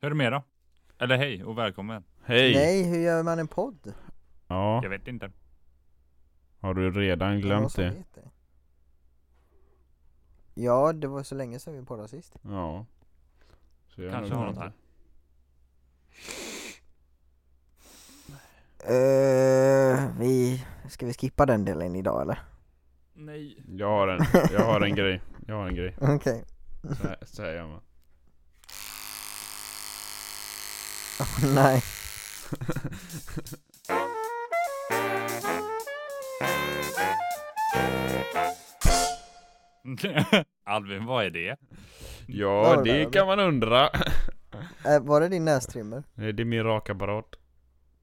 Hur är det med då? Eller hej och välkommen. Hej! Nej, hur gör man en podd? Ja, Jag vet inte. har du redan Är det någon glömt som det? vet det? Ja, det var så länge sedan vi poddade sist. Ja. Så jag Kanske nog har glömt något här. Eh, vi, ska vi skippa den delen idag eller? Nej. det. Jag har en, jag har en grej. Jag har en grej. Okej. Så här, så här gör man. Nej. Albin, vad är det? Vad Ja, var det där, det kan man undra. Eh, var det din nästrimmer? Nej, Det är min rakapparat.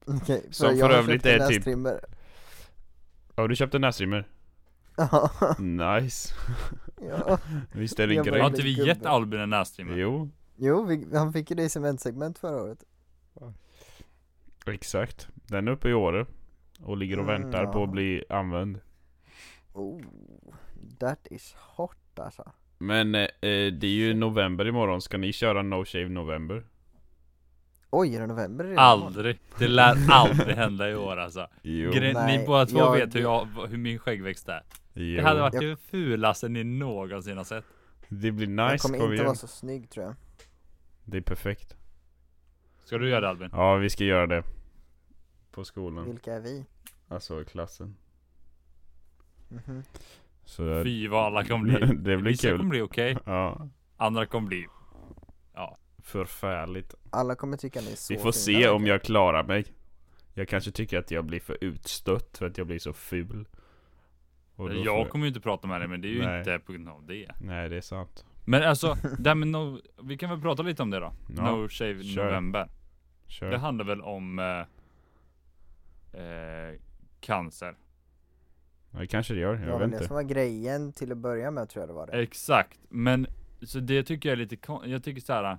Okej. Som jag för har övrigt köpt en är typ- nästrimmer. Har du köpt en näsrimmer? Ja. Nice. ja. Visst är det en Jag grej? bara- Har inte vi gubbe. gett Albin en nästrimma? Jo, Jo, vi, han fick ju det i cementsegment förra året. exakt. Den är uppe i Åre. Och ligger och Mm, väntar ja. på att bli använd. Oh, that is hot alltså. Men eh, eh, det är ju november imorgon. Ska ni köra No Shave November? Oj, är det november redan? Aldrig. Det lär aldrig hända i år alltså. Jo. Gre- ni Nej, båda två jag- vet hur, jag, hur min skäggväxt är. jo. Det hade varit Jag- det fulaste ni någonsin har sett. Det blir Jag nice, kommer kom inte igen. vara så snygg tror jag. Det är perfekt. Ska du göra det Albin? Ja, vi ska göra det. På skolan. Vilka är vi? Alltså i klassen. Mhm. Så Fy vad alla kommer bli. det blir Vissa kul. kommer bli okej, Ja. andra kommer bli... Förfärligt. Alla kommer tycka ni är så vi får fina, se om verkligen. jag klarar mig. Jag kanske tycker att jag blir för utstött för att jag blir så ful. Och då får Jag kommer ju inte prata med dig men det är ju Nej. inte på grund av det. Nej, det är sant. Men alltså, det här med no... vi kan väl prata lite om det då? Ja, no Shave kör. November. Kör. Det handlar väl om eh, eh, cancer. Ja, det kanske det gör. det var Jag vet väl det inte. Eh, som var grejen till att börja med tror jag det var det. Exakt, men så det tycker jag är lite kon- Jag tycker såhär,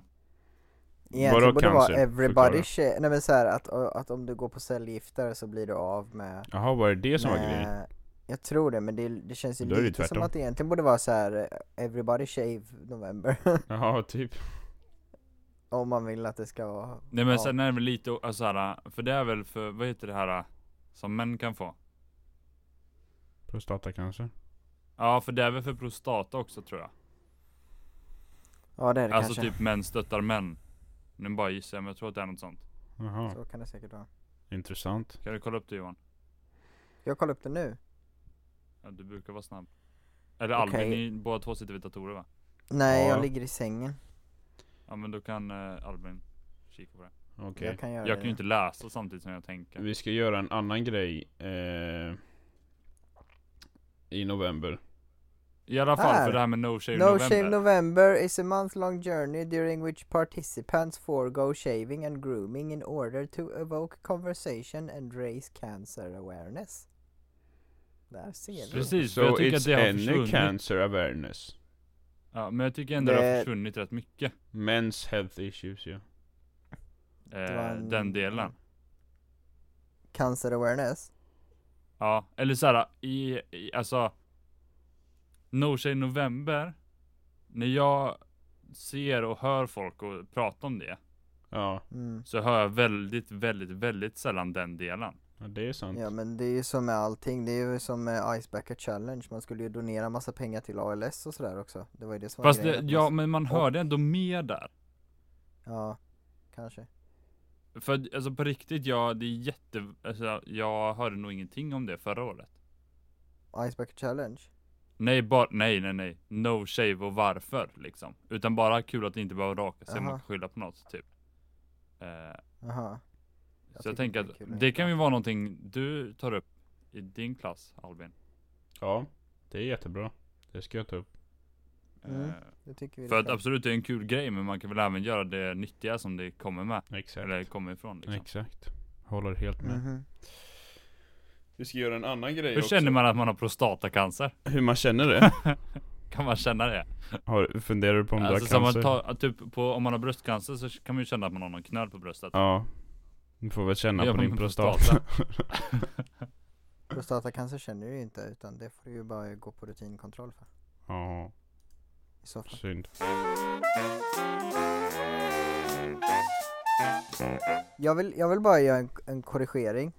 Egentligen borde det vara cancer? everybody Förklara. shave, nej men såhär att, att om du går på cellgifter så blir du av med Jaha, var det det som var med- grejen? Jag tror det men det, det känns ju Då är det lite som tvärtom. att det egentligen borde vara så här eh, everybody shave november Jaha, typ. Om man vill att det ska vara nej men ja. sen är det väl lite o- alltså, såhär, för det är väl för, vad heter det här eh, som män kan få? Prostata kanske? Ja för det är väl för prostata också tror jag. Ja det är det alltså kanske, typ män stöttar män. Nu bara gissar jag men jag tror att det är något sånt. Jaha, så kan det säkert vara intressant. Kan du kolla upp det Johan? Jag kollar upp det nu Ja, du brukar vara snabb. Eller Okej. Albin, ni båda två sitter vid datorer va? Nej Ja. jag ligger i sängen, Ja men då kan eh, Albin kika på det. Okej. jag kan göra Jag det kan ju inte läsa samtidigt som jag tänker. Vi ska göra en annan grej. Eh, I november. I alla fall Här. för det här med No Shave No November. Shave November is a month long journey during which participants forego shaving and grooming in order to evoke conversation and raise cancer awareness. Där ser vi. Precis, so för jag tycker it's att det har any försvunnit. cancer awareness. Ja, men jag tycker ändå det har Det- försvunnit rätt mycket. Men's health issues ja. Det var Eh, en- Den delen. Cancer awareness. Ja, eller såhär i, i, alltså. No Shave November. När jag ser och hör folk och prata om det. Ja, Mm. Så hör jag väldigt, väldigt, väldigt sällan den delen. ja, det är sant. Ja men det är ju som med allting, det är ju som med Ice Bucket Challenge, man skulle ju donera massa pengar till ALS och sådär också. Det var ju det som var Fast det, grejen. att ja, man- men man hörde ändå mer där. ja, kanske. För att, alltså på riktigt, jag, det är jätte, alltså, jag hörde nog ingenting om det förra året. Ice Bucket Challenge? Nej, bara, nej, nej, nej. No shave och varför liksom. Utan bara kul att det inte behöver raka sig, man Aha. kan skylla på något typ. Eh, Jaha. Jag så jag tänker tycker det är kul att att det inte kan ju vara någonting du tar upp i din klass Albin. Ja, det är jättebra. Det ska jag ta upp. Mm, Eh, Det tycker vi för det att ska. absolut det är en kul grej, men man kan väl även göra det nyttiga som det kommer med. Exakt. Eller kommer ifrån liksom. Exakt. Håller helt Mm. med. Mhm. Vi ska göra en annan grej Hur känner man att man har prostatacancer? Hur man känner det? Kan man känna det? Har, funderar du på om Alltså du som har man cancer? tar, typ på, om man har bröstcancer så kan man ju känna att man har någon knöl på bröstet. Ja. Du får väl känna Ja, på men din prostata. prostata. Prostatacancer känner du ju inte utan det får du ju bara gå på rutinkontroll för. ja, I så fall. synd. Jag vill, jag vill bara göra en, en korrigering.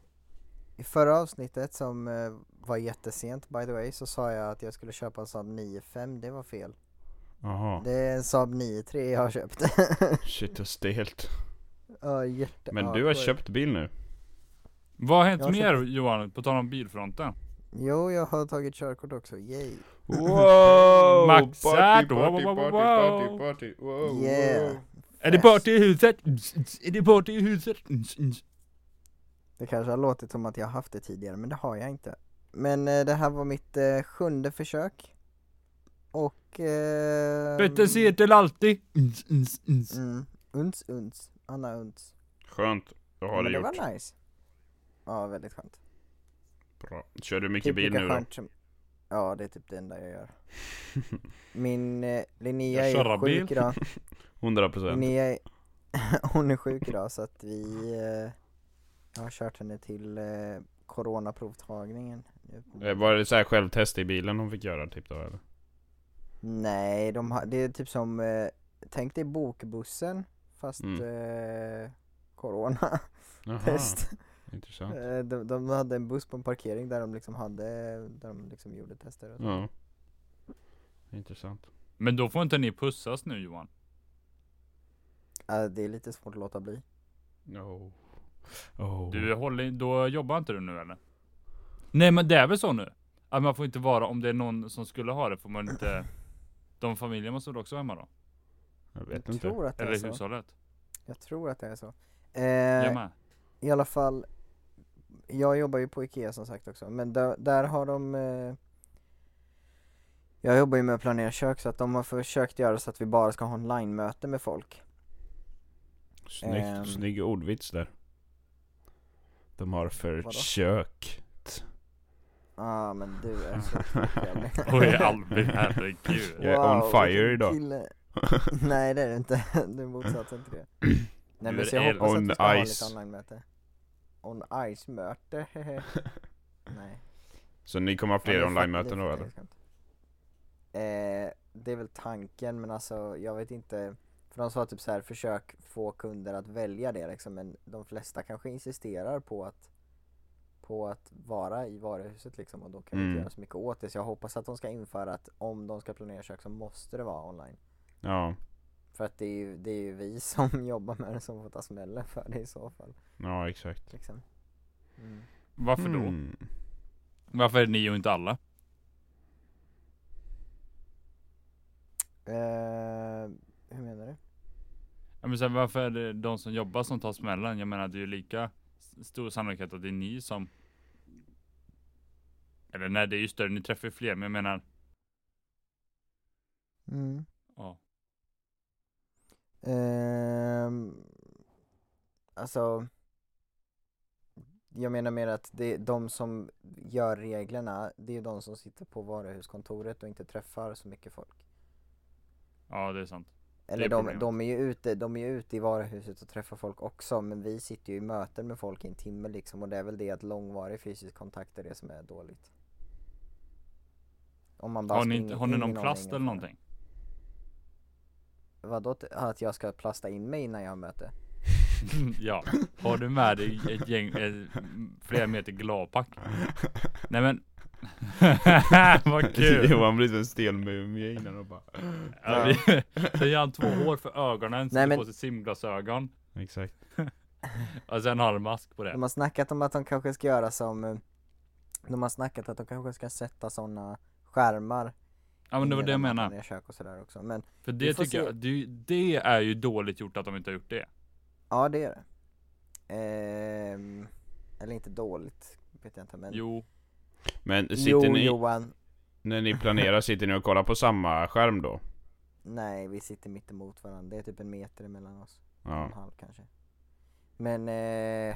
I förra avsnittet som eh, var jättesent by the way så sa jag att jag skulle köpa en Saab 9-5, det var fel. Jaha. Det är en Saab 9-3 jag har köpt. Shit vad stelt. Ja, jätte- Men ja, du har sorry. köpt bil nu. Vad har hänt Jag har mer Johan, på tal om bilfronten? Jo, jag har tagit körkort också, yay! Wow! Max party, Sato, party, wow, wow, party, wow. party, party, Oh, wow, Yeah! wow. Är det Fest. party i huset? Ns, ns. Är det party i huset? Ns, ns. Det kanske har låtit som att jag har haft det tidigare, men det har jag inte. Men eh, det här var mitt eh, sjunde försök. Och... Eh, Bättre se till alltid. Ns, ns, ns. mm, Uns, uns. Anna uns. Skönt. Då har men du det gjort. var nice. Ja, väldigt skönt. Bra. Kör du mycket bil Typ lika nu då? skönt som- Ja, det är typ det enda jag gör. Min eh, Linnea Jag är körra sjuk bil. idag. typ. 100%. Linnea är... Hon är sjuk idag så att vi... Eh, jag har kört henne till eh, coronaprovtagningen. nu. Eh, Var det så här självtest i bilen hon fick göra typ då eller? Nej, de har, det är typ som, eh, tänk dig bokbussen fast Mm. eh, Jaha, coronatest. intressant. Eh, de, de hade en buss på en parkering där de liksom hade, där de liksom gjorde tester och så. Ja. Intressant. Men då får inte ni pussas nu Johan. Ja, det är lite svårt att låta bli. Oh. Oh. Du håller, då jobbar inte du nu eller? Nej men det är väl så nu? Att man får inte vara, om det är någon som skulle ha det får man inte De familjen måste väl också vara hemma då? Jag vet Jag inte. tror att det Eller är så. hushållet? Jag tror att det är så. Jag Eh, med. I alla fall, jag jobbar ju på Ikea som sagt också, men där, där har de eh, Jag jobbar ju med att planera kök så att de har försökt göra så att vi bara ska ha online-möte med folk. Snyggt, Ehm. snygg ordvits där. De har för Vadå? kök. Ja ah, men du är så trevlig. Oj Albin, herregud. Jag är on Wow, fire vilken idag. kille. Nej det är du inte, du är motsatsen till det Nej Du men är så jag hoppas att on vi ska ha ice. lite online-möte On ice möte, hehe. Nej Så ni kommer ha Ja, fler det är online-möten fan- då det är eller? fan skönt. Eh, det är väl tanken men alltså jag vet inte För de sa typ så här försök få kunder att välja det liksom men de flesta kanske insisterar på att På att vara i varuhuset liksom och då kan vi Mm. inte göra så mycket åt det så jag hoppas att de ska införa att om de ska planera kök så måste det vara online Ja, För att det är ju, det är ju vi som jobbar med det som får ta smällen för det i så fall ja exakt. liksom mm. Varför då? Mm. Varför är det ni och inte alla? eh, Hur menar du? Ja, men sen, varför är det de som jobbar som tar smällen? Jag menar det är ju lika s- stor sannolikhet att det är ni som Eller nej det är ju större, ni träffar ju fler men jag menar Mm. ja. Ehm, alltså, jag menar mer att det är de som gör reglerna, det är de som sitter på varuhuskontoret och inte träffar så mycket folk. ja det är sant. Eller är de, problemet. de är ju ute, de är ju ute i varuhuset och träffar folk också men vi sitter ju i möten med folk i en timme liksom och det är väl det att långvarig fysisk kontakt är det som är dåligt. Om man bara Har ni, springer inte- har ni in i någon plast eller hänger på den. någonting? Vadå? t- Att jag ska plasta in mig innan jag har möte? ja, har du med dig ett gäng, eh, flera meter gladpack? Nej men Vad kul! Johan blir som en stelmumie innan och bara... Ja, vi- Sen gör han två hår för ögonen, sätter men- på sig simglasögon Exakt. och sen har han mask på det. De har snackat om att de kanske ska göra som eh, De har snackat att de kanske ska sätta sådana skärmar Ja men det var i det jag de här menade. vanliga kök och sådär också men För Vi det får tycker se. jag, det, det är ju dåligt gjort att de inte har gjort det. ja det är det Ehm, Eller inte dåligt vet jag inte men Jo, Men sitter Jo ni, Johan när ni planerar, sitter ni och kollar på samma skärm då? Nej vi sitter mitt emot varandra, det är typ en meter emellan oss ja. en Ja. halv kanske Men eh,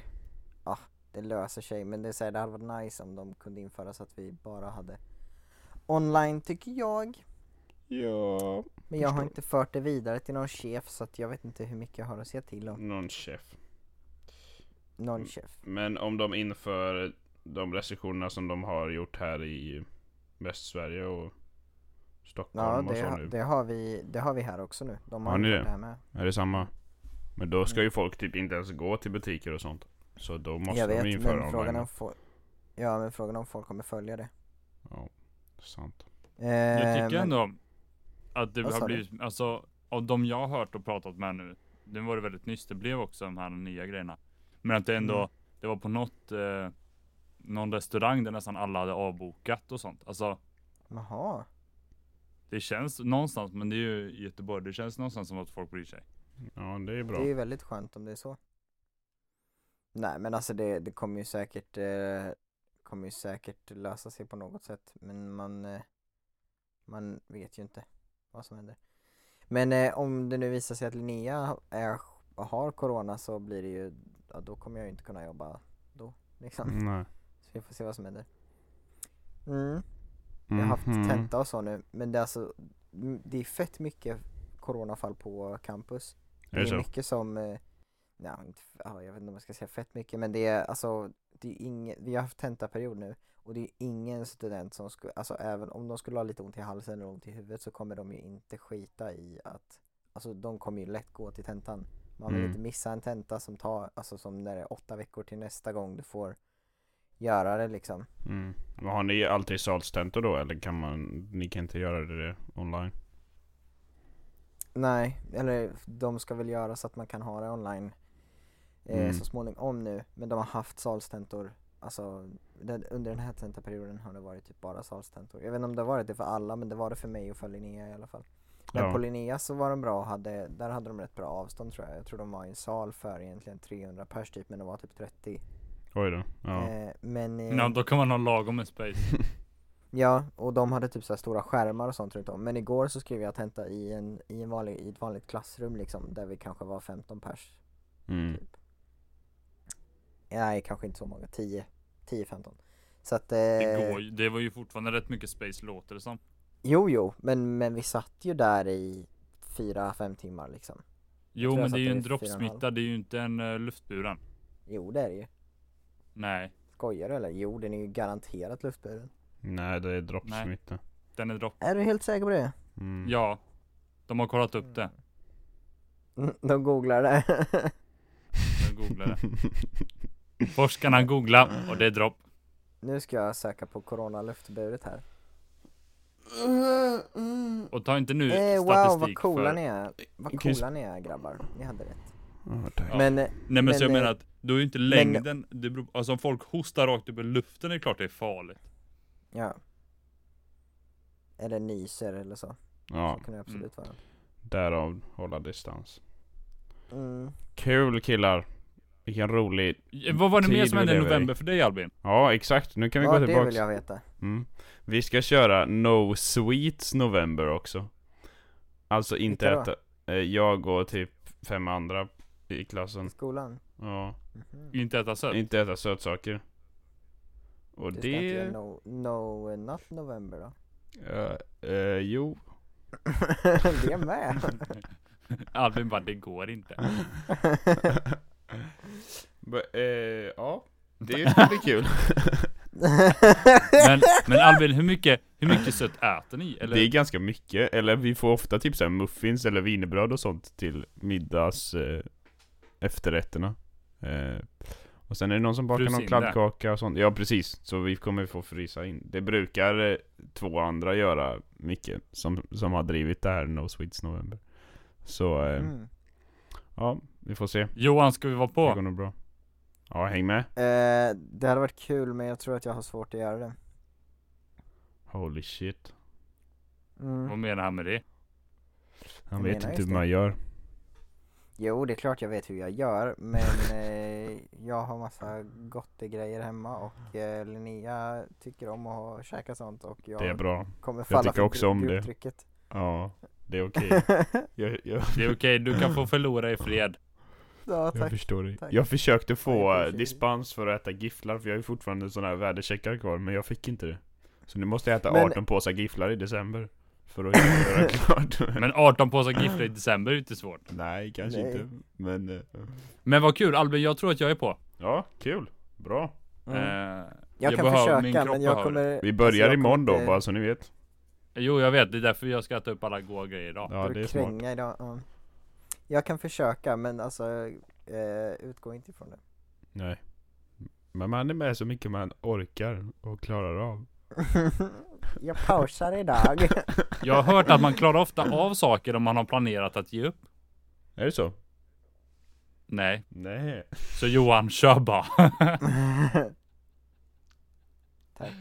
ja det löser sig men det, är så här, det hade varit nice om de kunde införa så att vi bara hade online tycker jag Ja. Men jag har Förstår. inte fört det vidare till någon chef så att jag vet inte hur mycket jag har att säga till om. Någon chef. Någon Mm. chef. Men om de inför de restriktionerna som de har gjort här i Västsverige och Stockholm Ja och det, så ha, nu. det, har vi, det har vi här också nu. De har, Har ni gjort det? här med. Är det samma? Men då Mm. ska ju folk typ inte ens gå till butiker och sånt. Så då måste jag de vet, införa men frågan online. om folk... Ja, men frågan om folk kommer följa det. Ja, sant. Eh, Jag tycker men- ändå att det Vad har sa du? blivit, alltså av de jag har hört och pratat med nu, nu var det väldigt nyss det blev också de här nya grejerna. Men att det ändå, Mm. det var på något, eh, någon restaurang där nästan alla hade avbokat och sånt. Alltså Jaha. det känns någonstans, men det är ju i Göteborg, det känns någonstans som att folk bryr sig. Ja, det är bra. Det är ju väldigt skönt om det är så. Nej men alltså det, det kommer ju säkert eh, kommer ju säkert lösa sig på något sätt. Men man eh, man vet ju inte vad som händer. Men eh, om det nu visar sig att Linnea är, har corona så blir det ju, ja, då kommer jag ju inte kunna jobba då liksom. Mm, Nej. Så vi får se vad som händer. Mm. Jag har haft Mhm. tenta och så nu, men det är alltså m- Det är fett mycket coronafall på campus Är det så? mycket som eh, nja, inte f- ja, jag vet inte om jag ska säga fett mycket men det är alltså det är ingen, Vi har haft tentaperiod nu och det är ingen student som skulle, alltså även om de skulle ha lite ont i halsen eller ont i huvudet så kommer de ju inte skita i att Alltså de kommer ju lätt gå till tentan Man vill Mm. inte missa en tenta som tar, alltså som när det är åtta veckor till nästa gång du får göra det liksom Mm. Men Har ni alltid salstentor då eller kan man, ni kan inte göra det online? Nej, eller de ska väl göra så att man kan ha det online eh, Mm. så småningom nu. Men de har haft salstentor, alltså den, under den här tentaperioden har det varit typ bara salstentor. Jag vet inte om det har varit det för alla, men det var det för mig och för Linnea i alla fall. Men Ja. på Linnea så var de bra och hade, där hade de rätt bra avstånd tror jag. Jag tror de var i en sal för egentligen 300 pers typ, men de var typ 30. Oj då. Ja. Eh, men eh, Ja, då kan man ha lagom med space. Ja, och de hade typ så här stora skärmar och sånt runt om. Men igår så skrev jag tenta i, en, i, en vanlig, i ett vanligt klassrum liksom, där vi kanske var 15 pers. Mm. Typ. Nej, kanske inte så många. 10, 10-15. Så att... Eh, Det går ju, det var ju fortfarande rätt mycket space låter det som. Jo, jo, men, men vi satt ju där i 4-5 timmar liksom. Jo tror men jag det är ju en satte det i fyra och en halv. droppsmitta, det är ju inte en uh, luftburen. Jo, det är det ju. Nej, Skojar du eller? Jo, den är ju garanterat luftburen. Nej, det är droppsmitta. den är dropp. Är du helt säker på det? Mm. Ja, de har kollat upp det. Mm, De googlar det. Jag googlade. Forskarna googla och det är dropp. nu ska jag söka på corona luftburet här. Och ta inte nu Eh, wow, statistik vad coola för... ni är. Vad Chris- coola ni är grabbar. Ni hade rätt. Ja, tack. Ja. Men, eh, Nej men, så jag Men, eh, menar att då är ju inte men- längden, det beror, alltså om folk hostar rakt upp i luften är det klart det är farligt. ja. Eller nyser eller så. ja, Så kan det absolut Mm. vara. därav hålla distans. Mm. Kul killar! Vilken rolig... Eh, Vad var det mer Tid som vi hände i lever i. november för dig Albin? Ja, exakt. Nu kan vi ja, gå det vill tillbaks. jag veta. Mm. Vi ska köra No Sweets November också. Alltså inte Vilka då? äta... eh, Jag och typ fem andra i I klassen. skolan? Ja. Mhm. Inte äta sött? Inte äta sötsaker. Och Du ska inte det... göra no, no, eh, not november då? Eh, eh, jo. det är med! Albin bara, det går inte. But, eh, ja. Det ska bli kul. Men, men Albin, hur mycket, hur mycket sött äter ni? Eller? Det är ganska mycket, eller vi får ofta typ såhär muffins eller wienerbröd och sånt till middags eh, efterrätterna. Eh, och sen är det någon som bakar Frys någon in det. kladdkaka och sånt. Ja precis, så vi kommer få frysa in. Det brukar eh, två andra göra mycket, som, som har drivit det här No Sweets November. Så eh, Mm. ja, vi får se. Johan, ska vi vara Det på? går nog bra. Ja, häng med. Eh, det hade varit kul men jag tror att jag har svårt att göra det. Holy shit. Vad Mm. menar han med det? Han Jag vet menar inte just hur man gör. Jo, det är klart jag vet hur jag gör men eh, jag har massa gottegrejer hemma och eh, Linnea tycker om att ha- käka sånt och jag Det är bra. kommer falla tycker för också om det. uttrycket. Ja, det är okej. jag, jag, Det är okej, du kan få förlora i fred. ja, Jag tack. förstår dig. Tack. Jag försökte få Ja, jag eh, förstår. dispens för att äta gifflar, för jag har ju fortfarande sådana här värdecheckar kvar, men jag fick inte det. Så nu måste jag äta Men- 18 påsar gifflar i december. För att göra klart. Men 18 påsar gifter i december är ju inte svårt. Nej, kanske Nej. inte. Men... eh, Men vad kul, Albin, jag tror att jag är på. Ja, kul. Bra. Mm. Eh, Jag, jag kan behöver- försöka min kropp men jag behöver det. kommer... Vi alltså, börjar jag imorgon kommer då, inte- bara så ni vet. jo, jag vet, det är därför jag ska äta upp alla goda grejer idag. Ja, det är smart. kränga idag. Ja. Jag kan försöka men alltså eh, utgå inte ifrån det. Nej. Men man är med så mycket man orkar och klarar av. jag pausar idag. Jag har hört att man klarar ofta av saker om man har planerat att ge upp. Är det så? Nej, Nej. så Johan, kör bara. Tack.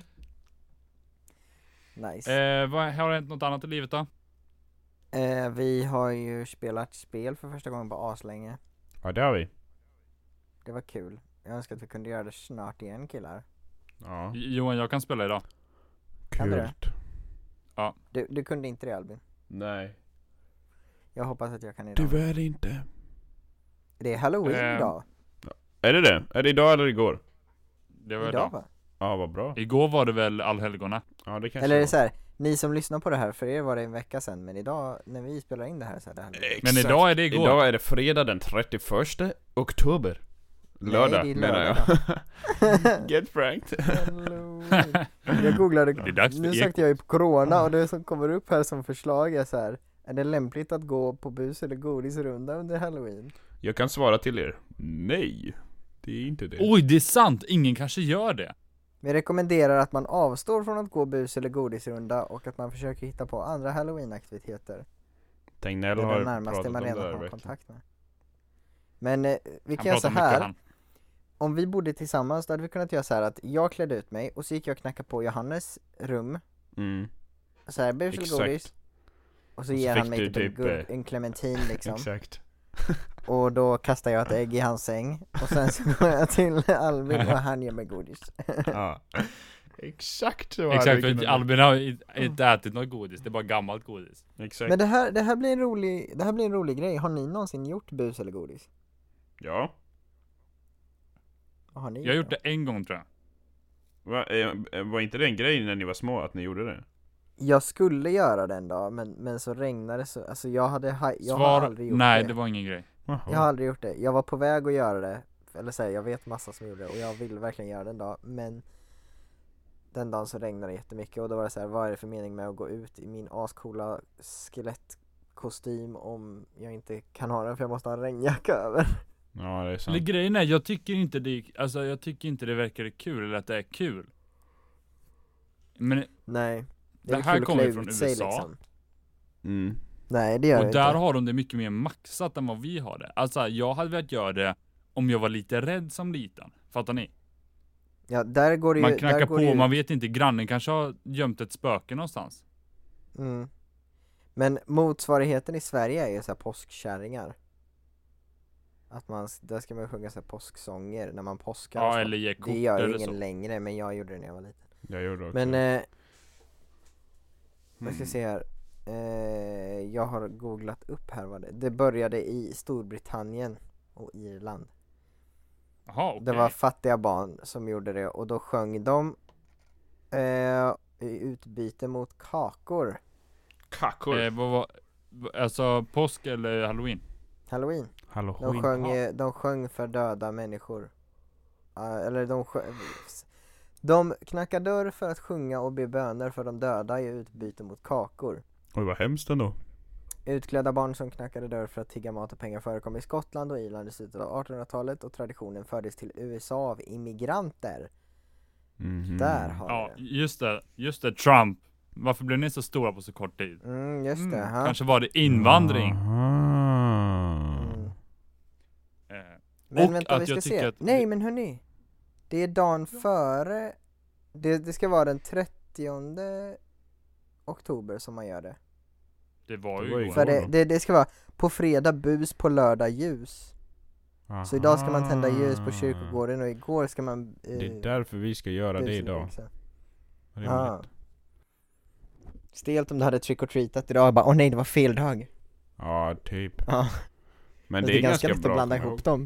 Nice. eh, vad, har det hänt något annat i livet då? Eh, vi har ju spelat spel för första gången på aslänge. Ja det har vi. Det var kul. Jag önskar att vi kunde göra det snart igen killar. Ja. J- Johan, jag kan spela idag. Kan du Kul. Du, du kunde inte det Albin. Nej. Jag hoppas att jag kan idag. Tyvärr inte. Det är halloween Ehm, idag. Är det det? Är det idag eller igår? Det var Idag idag. va? Ja vad bra. Igår var det väl allhelgona? Ja det kanske Eller är det var. så här, ni som lyssnar på det här, för er var det en vecka sedan, men idag när vi spelar in det här så är det halloween. Men Exakt. idag är det igår. Idag är det fredag den 31 oktober. Lördag Nej, det är menar jag. Get franked. Halloween. Jag googlade, Det är dags för nu eko. sökte jag ju på corona och det som kommer upp här som förslag är så här. Är det lämpligt att gå på bus eller godisrunda under halloween? Jag kan svara till er. Nej. Det är inte det. Oj, det är sant! Ingen kanske gör det. Vi rekommenderar att man avstår från att gå bus eller godisrunda och att man försöker hitta på andra halloweenaktiviteter. Tegnell Det är har den pratat närmaste om det man här redan har verkligen. kontakt med. Men eh, vi kan Han göra så pratar mycket här. han. om vi bodde tillsammans då hade vi kunnat göra så här att jag klädde ut mig och så gick jag och knackade på Johannes rum Mm. så här bus eller Exakt. godis och så Och så ger han fick mig du typ, en, typ, guld, eh, en clementin liksom Exakt. och då kastade jag ett ägg i hans säng och sen så går jag till Albin och han ger mig godis ja. Exakt så hade Exakt, vi för kunnat- Albin har i- inte ätit något godis. Det är bara gammalt godis. Exakt. Men det här, det här blir en rolig, det här blir en rolig grej, har ni någonsin gjort bus eller godis? Ja. Vad har ni Jag har gjort då? det en gång tror jag. Va, eh, var inte det en grej när ni var små att ni gjorde det? Jag skulle göra det en dag men, men så regnade det så, alltså jag hade, ha- jag har Svar, aldrig gjort nej det det var ingen grej. Jag har aldrig gjort det. Jag var på väg att göra det. Eller säga, jag vet massa som gjorde det och jag ville verkligen göra det en dag. Men den dagen så regnade det jättemycket och då var det så här, vad är det för mening med att gå ut i min ascoola skelettkostym om jag inte kan ha den för jag måste ha en regnjacka över. Ja, det är Eller sant. grejen är, jag tycker inte det, alltså jag tycker inte det verkar kul eller att det är kul. Men, Nej. Det väl här kul att kommer klä från ut sig, liksom. USA. Mm. Nej det gör och det där inte. har de det mycket mer maxat än vad vi har det. Alltså jag hade velat göra det om jag var lite rädd som liten. Fattar ni? Ja, där går det ju, Man knackar där går på det och ju... man vet inte, grannen kanske har gömt ett spöke någonstans. Mm. Men motsvarigheten i Sverige är ju såhär påskkärringar. Att man, s- där ska man ju sjunga såhär påsksånger när man påskar och Ja så. eller ge kort Det gör ju eller ingen så. längre men jag gjorde det när jag var liten. Jag gjorde också Men det. eh, jag Mm. ska se här. Eh, jag har googlat upp här vad det Det började i Storbritannien och Irland. Jaha okej. Det var fattiga barn som gjorde det och då sjöng de eh, i utbyte mot kakor. Kackor. Eh, vad var, alltså påsk eller halloween? Halloween. De Halloween. sjöng, eh, de sjöng för döda människor. Ah, eller de sjöng... De knackar dörr för att sjunga och be böner för de döda i utbyte mot kakor. Oj, vad hemskt ändå. Utklädda barn som knackade dörr för att tigga mat och pengar förekom i Skottland och Irland i slutet av 1800-talet och traditionen fördes till USA av immigranter. Mhm. Där har Ja, vi just det. Just det, Trump. Varför blev ni så stora på så kort tid? det. Mm, just det. Mm, ha. Kanske var det invandring. Aha. Mm. Eh, Men Och vänta, att vi ska jag se. tycker att- Nej men hörni. Det är dagen före. Det, det ska vara den 30 oktober som man gör det. det var ju Det var ju igår. För det, då? det, det ska vara på fredag bus, på lördag ljus. Så idag ska man tända ljus på Aha. kyrkogården och igår ska man... Eh, Det är därför vi ska göra det busen idag. också. Rimligt. Ah. Stelt om du hade trick or treatat idag och bara åh nej det var fel dag. Ja, typ. Ja. Men Fast det är ganska, lätt bra. att blanda komma ihåg. ihop ihåg.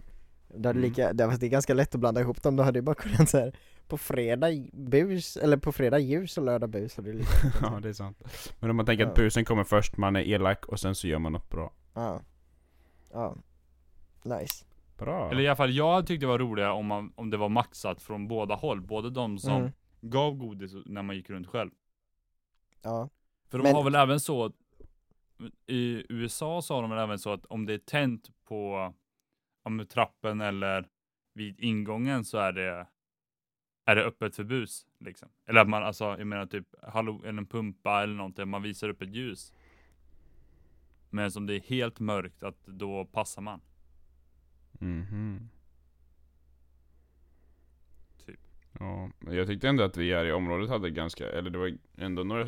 dem. Det, hade Mm. lika, det, fast det är ganska lätt att blanda ihop dem, då hade du bara kunnat så här på fredag bus, eller på fredag ljus och lördag bus. Hade du lika. ja, det är sant. Men om man tänker att Ja. busen kommer först, man är elak och sen så gör man något bra. Ja. Ja. Nice. Bra. Eller i alla fall, jag tyckte det var roligare om, man, om det var maxat från båda håll. Både de som Mm. gav godis när man gick runt själv. Ja. För de Men- har väl även så i USA sa de väl även så att om det är tänt på ja, men trappen eller vid ingången så är det, är det öppet för bus. Liksom. Eller att man, alltså, jag menar typ hallo, eller en pumpa eller någonting, man visar upp ett ljus. Men som det är helt mörkt, att då passar man. Mhm. Typ. Ja, men jag tyckte ändå att vi här i området hade ganska, eller det var ändå några,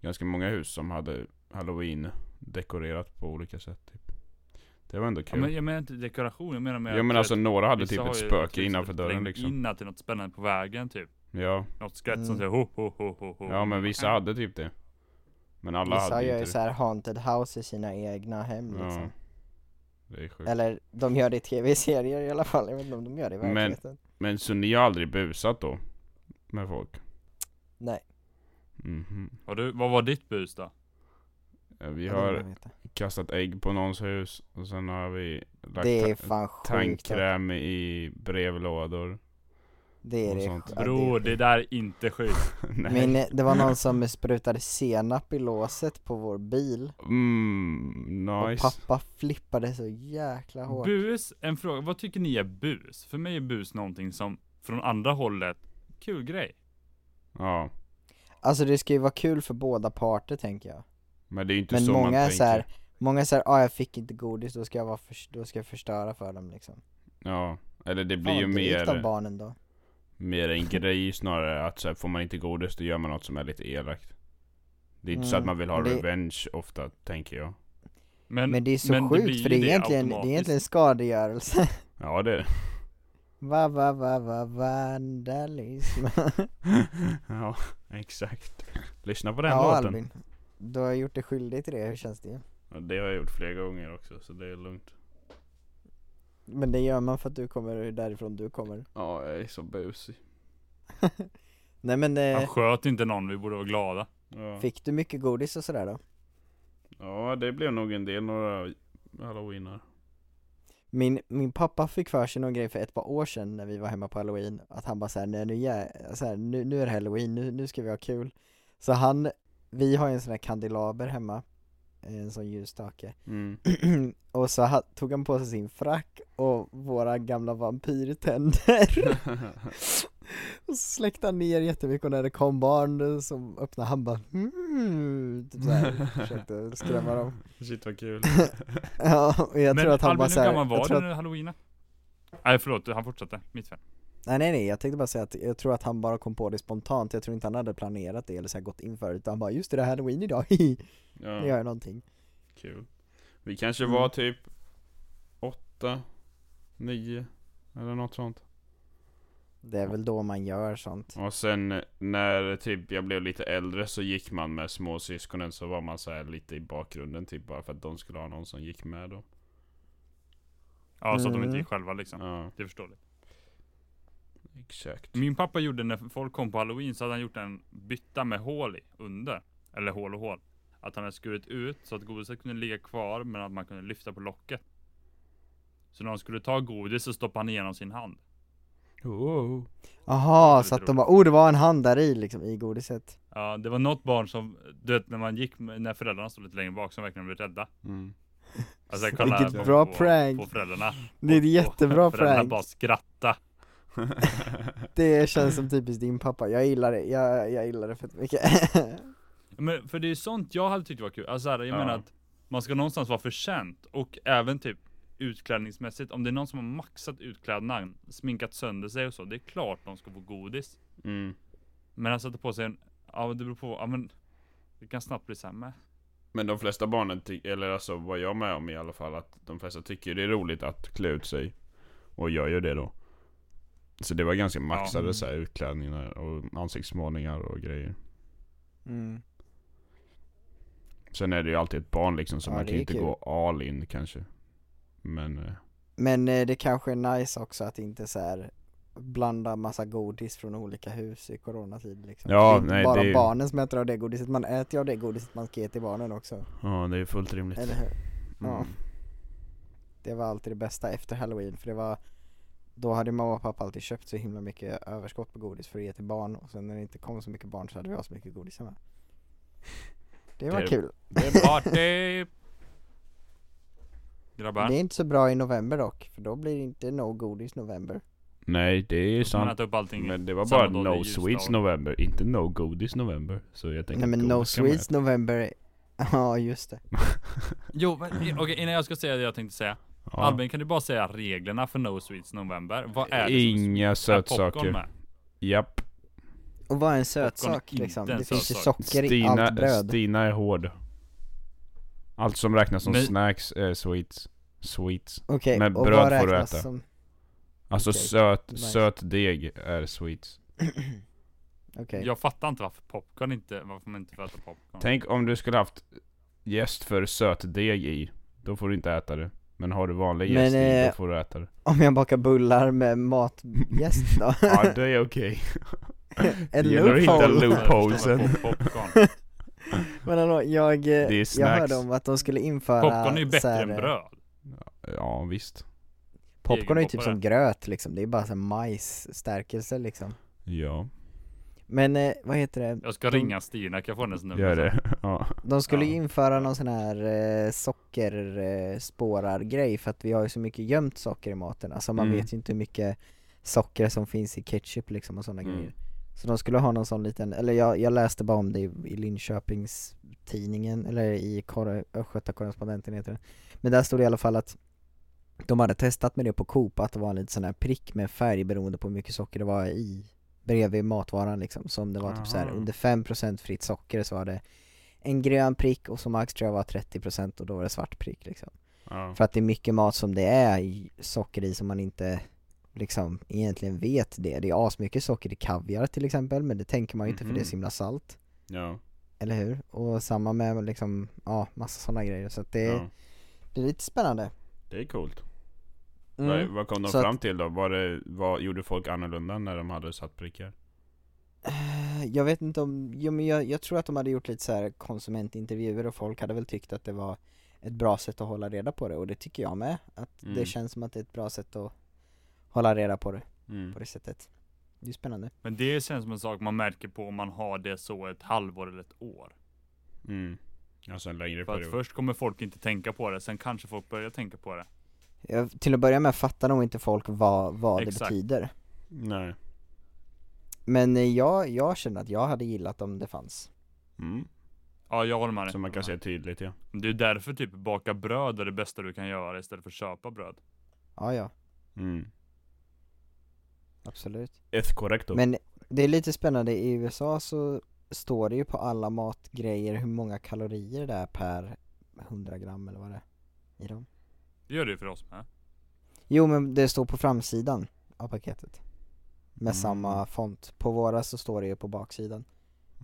ganska många hus som hade halloween dekorerat på olika sätt typ. Det var ändå Ja, kul. men jag menar inte dekoration, jag menar mer ja men att- alltså några hade vissa typ har ett ju spöke liksom innanför dörren trängt liksom. In att det är något spännande på vägen typ. Ja, Något skratt som Mm. säger ho ho ho ho ho. ja men vissa hade typ det. Men alla Vissa hade gör ju inte så det. här haunted house i sina egna hem Ja. liksom. Det är sjukt. Eller de gör det i tv-serier i alla fall, jag vet inte om de gör det i Men- verkligheten. Men så ni har aldrig busat då? Med folk? Nej. Mhm. Har du, vad var ditt bus då? Ja, vi Ja, det vill har man veta. kastat ägg på någons hus och sen har vi lagt Det är ta- fan sjukt. alltså. att- tandkräm i brevlådor. Det är och det. sånt. sj- ja, det är Bror, sjukt. det där är inte sjukt. Nej. Min, det var någon som sprutade senap i låset på vår bil Mm, och nice. pappa flippade så jäkla hårt. Bus, en fråga. Vad tycker ni är bus? För mig är bus någonting som, från andra hållet, kul grej. Ja, Alltså det ska ju vara kul för båda parter tänker jag. men det är ju inte Men så man många är tänker. så här, många säger ah jag fick inte godis, då ska jag, vara förs- då ska jag förstöra för dem liksom. Ja, eller det blir Fan, ju vad drygt av mer, barnen då. mer en grej snarare att så här, får man inte godis då gör man något som är lite elakt. Det är inte så att Mm, man vill ha men det- revenge ofta, tänker jag. Men, Men det är så men sjukt blir för det är, ju egentligen, det är automatiskt. egentligen skadegörelse. Ja det är det. va va va va vandalism. Ja, exakt. Lyssna på den ja låten. Albin, du har gjort dig skyldig till det, hur känns det? Ja, Det har jag gjort flera gånger också, så det är lugnt. Men det gör man för att du kommer därifrån du kommer. Ja, jag är så busig. Nej men eh, Han sköt inte någon, vi borde vara glada. Ja. Fick du mycket godis och sådär då? ja, det blev nog en del några halloweenar. Min, min pappa fick för sig någon grej för ett par år sedan när vi var hemma på halloween Att han bara såhär, nej nu, jä- så här, nu, nu är det halloween, nu, nu ska vi ha kul Så han, vi har ju en sån här kandelaber hemma eh, En sån ljusstake Mm. Och så ha, tog han på sig sin frack och våra gamla Typ vampyrtänder Och så släckte han ner jättemycket och när det kom barn som öppnade han bara mm, typ så här, försökte skrämma dem Shit vad kul. Ja, och jag men tror att han Albin, bara hur såhär gammal var jag tror du att- när halloweena? Nej förlåt, han fortsatte. Mitt fel. Nej nej nej, jag tänkte bara säga att jag tror att han bara kom på det spontant, jag tror inte han hade planerat det eller så här gått in för det, utan han bara 'Just det, det är halloween idag, hihi, nu gör Ja, jag någonting' kul. Vi kanske Mm. var typ åtta, nio eller något sånt. Det är väl då man gör sånt Och sen eh, när typ jag blev lite äldre så gick man med småsyskonen så var man så här lite i bakgrunden typ bara för att de skulle ha någon som gick med dem. Ja, så att de Mm. inte gick själva liksom. Ja, Mm. Det förstår du. Typ. exakt. Min pappa gjorde när folk kom på halloween så hade han gjort en bytta med hål i under. Eller hål och hål. Att han hade skurit ut så att godiset kunde ligga kvar men att man kunde lyfta på locket. Så när han skulle ta godis så stoppade han igenom sin hand. Oh. Aha, Det så att tror de jag. bara 'Oh det var en hand där i liksom, i godiset' Ja, det var något barn som, du vet när man gick, med- när föräldrarna stod lite längre bak som verkligen blev rädda. Mm. Alltså jag kollade Vilket på, bra på, prank. på föräldrarna. Det är ett jättebra och föräldrarna prank. bara skratta. Det känns som typiskt din pappa, jag gillar det, jag, jag gillar det fett mycket Men för det är ju sånt jag hade tyckt var kul. Alltså så här, jag Ja. menar att man ska någonstans vara förtjänt och även typ utklädningsmässigt. Om det är någon som har maxat utklädnaden, sminkat sönder sig och så. Det är klart de ska få godis. Mm. Men att sätta på sig en, ja men det beror på, ja men det kan snabbt bli sämre. Men de flesta barnen, ty- eller alltså vad jag är med om i alla fall, att de flesta tycker det är roligt att klä ut sig. Och gör ju det då. Så det var ganska maxade Ja. så här utklädningar och ansiktsmålningar och grejer. mm. Sen är det ju alltid ett barn liksom så Ja, man det kan är ju inte kul. gå all in kanske. Men, eh, Men eh, det kanske är nice också att inte så här blanda massa godis från olika hus i coronatid liksom Ja, Det är inte nej, bara det är- barnen som äter av det godiset, man äter ju av det godiset man ska ge till barnen också, ja det är fullt rimligt. eller hur? ja. Mm. Det var alltid det bästa efter halloween för det var Då hade mamma och pappa alltid köpt så himla mycket överskott på godis för att ge till barn och sen när det inte kom så mycket barn så hade vi så mycket godis hemma Det var Det- kul. Det är bra. Party! Grabbar, Det är inte så bra i november dock, för då blir det inte no godis november. Nej, det är man sant. äter upp allting. Men det var samma bara dag, det är no ljusdag. sweets november, inte no godis november. Så jag tänker Nej att men no godis kan man sweets november, är- ja just det. Jo, men okej, innan jag ska säga det jag tänkte säga. äta. Ja. Albin, kan du bara säga reglerna för No Sweets November? Vad är det som Inga är popcorn sötsaker. med? Japp. Och vad är Popcorn en är sötsak inte liksom? en Det finns ju sötsak. socker i Stina, allt bröd. Stina är hård. Allt som räknas som Men- snacks är sweets. Sweets. Okej, Men och bröd vad får du räknas äta. som... Alltså Okej, söt, nice. söt deg är sweets. Okej. Jag fattar inte varför popcorn inte, varför man inte får äta popcorn. Tänk om du skulle haft jäst för söt deg i. Då får du inte äta det. Men har du vanlig Men, jäst i, då eh, får du äta det. Om jag bakar bullar med matjäst då? Ja, det är okej. en gäller att hitta loophole! Jag förstår loopholes. väl pop- Popcorn. Men hallå, jag, eh, är jag snacks. hörde om att de skulle införa popcorn är ju så bättre här, än eh, bröd. Ja, visst. Popcorn är ju typ Egenpoppare. som gröt liksom, det är bara så här majsstärkelse liksom Ja, Men eh, vad heter det, Jag ska de- ringa Stina, kan jag få hennes nummer? gör sen? det. Ja. de skulle Ja. införa någon sån här eh, sockerspårargrej för att vi har ju så mycket gömt socker i maten, alltså man Mm. vet ju inte hur mycket socker som finns i ketchup liksom och sådana Mm. grejer Så de skulle ha någon sån liten, eller jag, jag läste bara om det i, i Linköpings tidningen, eller i Kor- Östgötakorrespondenten heter den Men där stod det i alla fall att de hade testat med det på Coop, att det var en liten sån här prick med färg beroende på hur mycket socker det var i bredvid matvaran liksom, så om det var typ så här Aha. under 5% fritt socker så var det en grön prick och så max tror jag var 30% och då var det svart prick liksom. Ja. För att det är mycket mat som det är i- socker i som man inte liksom egentligen vet det. Det är asmycket socker i kaviar till exempel men det tänker man ju inte för det är Mhm. så himla salt. Ja. Eller hur? Och samma med liksom, ja massa sådana grejer så att det, ja. det är lite spännande. Det är coolt. Mm. Vad, vad kom de Så att- fram till då? Var det, vad gjorde folk annorlunda när de hade satt prickar? Eh, Jag vet inte om, jo, men jag, jag tror att de hade gjort lite så här konsumentintervjuer och folk hade väl tyckt att det var ett bra sätt att hålla reda på det och det tycker jag med. Att Mm. det känns som att det är ett bra sätt att hålla reda på det Mm. på det sättet. Det är spännande. Men det känns som en sak man märker på om man har det så ett halvår eller ett år. Mm. Alltså en längre För att period. först kommer folk inte tänka på det, sen kanske folk börjar tänka på det. Jag, till att börja med fattar nog inte folk vad, vad det Exakt. betyder. Nej. Men eh, jag, jag känner att jag hade gillat om det fanns. Mm. Ja, jag håller med dig. Så man kan se tydligt ja. Det är därför typ baka bröd är det bästa du kan göra istället för att köpa bröd. Ja, ja, Mm. absolut. Ett korrekt då. Men det är lite spännande, i USA så står det ju på alla matgrejer hur många kalorier det är per 100 gram eller vad det är i dem. Det gör det ju för oss med. Jo men det står på framsidan av paketet. Med Mm. samma font. På våra så står det ju på baksidan.